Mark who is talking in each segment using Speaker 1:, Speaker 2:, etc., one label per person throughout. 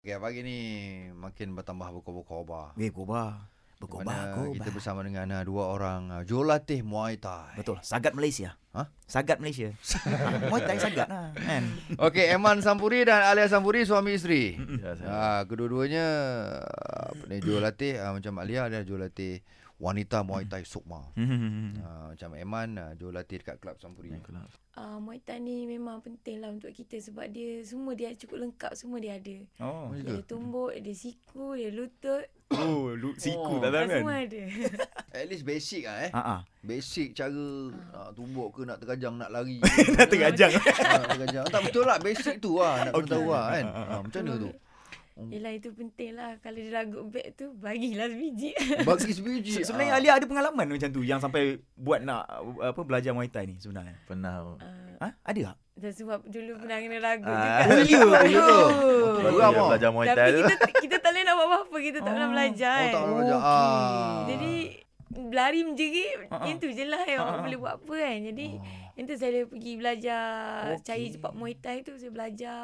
Speaker 1: Okay, pagi ni makin bertambah berkobar-kobar.
Speaker 2: Weh Kobar
Speaker 1: Di
Speaker 2: Berkobar
Speaker 1: mana
Speaker 2: Kobar
Speaker 1: Kita bersama dengan ah, dua orang ah, jurulatih Muay Thai.
Speaker 2: Betul Sagat Malaysia
Speaker 1: Hah?
Speaker 2: Sagat Malaysia ha, Muay Thai sagat lah kan?
Speaker 1: Okey, Eman Sampuri dan Alia Sampuri suami isteri.
Speaker 3: Ya, saya.
Speaker 1: Ah, kedua-duanya ah, apa ni jurulatih ah, macam Alia adalah jurulatih wanita Muay Thai Sukma.
Speaker 3: Mm.
Speaker 1: Ah, macam Eman ah, jurulatih dekat Kelab Sampuri.
Speaker 4: uh, Muay Thai ni memang penting lah untuk kita sebab dia semua dia cukup lengkap semua dia ada.
Speaker 3: Oh.
Speaker 1: Oh,
Speaker 2: Ya.
Speaker 4: Dia ada tumbuk, dia siku, dia lutut,
Speaker 3: Oh, lu,
Speaker 1: Oh.
Speaker 3: siku tak
Speaker 4: dah
Speaker 3: tahu kan?
Speaker 4: semua ada.
Speaker 1: At least basic ah eh.
Speaker 2: Ha ah.
Speaker 1: Basic cara nak tumbuk ke nak terkajang nak lari.
Speaker 3: Dah tergajang.
Speaker 1: Ah, terkajang. Tak betul lah basic tu lah nak kena tahu lah kan. Ah, macam mana tu?
Speaker 4: Yelah itu penting lah. Kalau dia lagut beg tu, bagilah sebiji.
Speaker 1: Bagi sebiji. ah.
Speaker 2: Se-
Speaker 3: Ah.
Speaker 2: Sebenarnya Alia ada pengalaman macam tu Yang sampai buat nak uh, apa belajar Muay Thai ni sebenarnya
Speaker 3: Pernah.
Speaker 4: Uh,
Speaker 2: Ha? Ada tak?
Speaker 4: dan sebab dulu pernah kena lagut
Speaker 2: Ah,
Speaker 1: ya
Speaker 4: juga.
Speaker 1: ke? Ya ke?
Speaker 4: Oh.
Speaker 1: Betul. Geram
Speaker 3: Dia
Speaker 1: ah.
Speaker 3: belajar Muay
Speaker 4: Tapi
Speaker 3: Thai tu.
Speaker 4: kita kita tak boleh nak buat apa-apa. Kita tak pernah
Speaker 2: Oh.
Speaker 4: belajar
Speaker 1: Oh,
Speaker 4: kan.
Speaker 1: tak pernah belajar. Ah.
Speaker 4: Jadi lari menjerit
Speaker 2: Ah, ah.
Speaker 4: yang tu je lah yang
Speaker 2: Ah, ah.
Speaker 4: orang boleh buat apa kan. Jadi
Speaker 1: Hmm, Ah.
Speaker 4: yang tu saya pergi belajar
Speaker 2: Okey.
Speaker 4: okay. cari cepat Muay Thai tu saya belajar.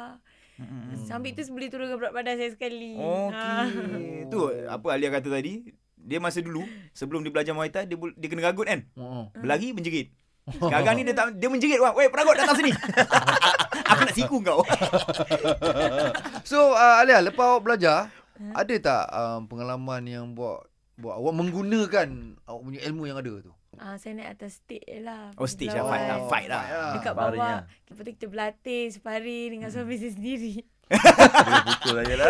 Speaker 2: Mm-mm.
Speaker 4: Sambil tu boleh turunkan berat badan saya sekali. Ah.
Speaker 2: Okey Tu apa Alia kata tadi Dia masa dulu Sebelum dia belajar Muay Thai Dia, bul- dia kena ragut kan
Speaker 1: Oh.
Speaker 2: Berlari menjerit Sekarang ni dia tak dia menjerit wah, Weh peragut datang sini Aku nak siku kau
Speaker 1: So uh, Alia lepas awak belajar ada tak um, pengalaman yang buat buat awak menggunakan awak punya ilmu yang ada tu?
Speaker 4: Ah, saya naik atas stage je lah.
Speaker 2: Oh stage lah Fight lah
Speaker 4: Lawan.
Speaker 2: Fight lah
Speaker 4: Dekat
Speaker 3: Sparring
Speaker 4: bawah.
Speaker 3: lah.
Speaker 4: Lepas tu kita berlatih sparring dengan suami saya sendiri.
Speaker 3: Dia pukul saya lah.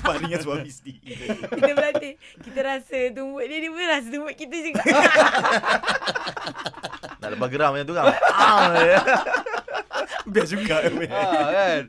Speaker 2: Sparring dengan suami sendiri
Speaker 4: Kita berlatih. Kita rasa tumbuk dia, dia pun rasa tumbuk kita juga.
Speaker 3: Nak lepas geram macam tu kan? Ah, ya.
Speaker 2: Biar juga weh.
Speaker 1: Ah, kan?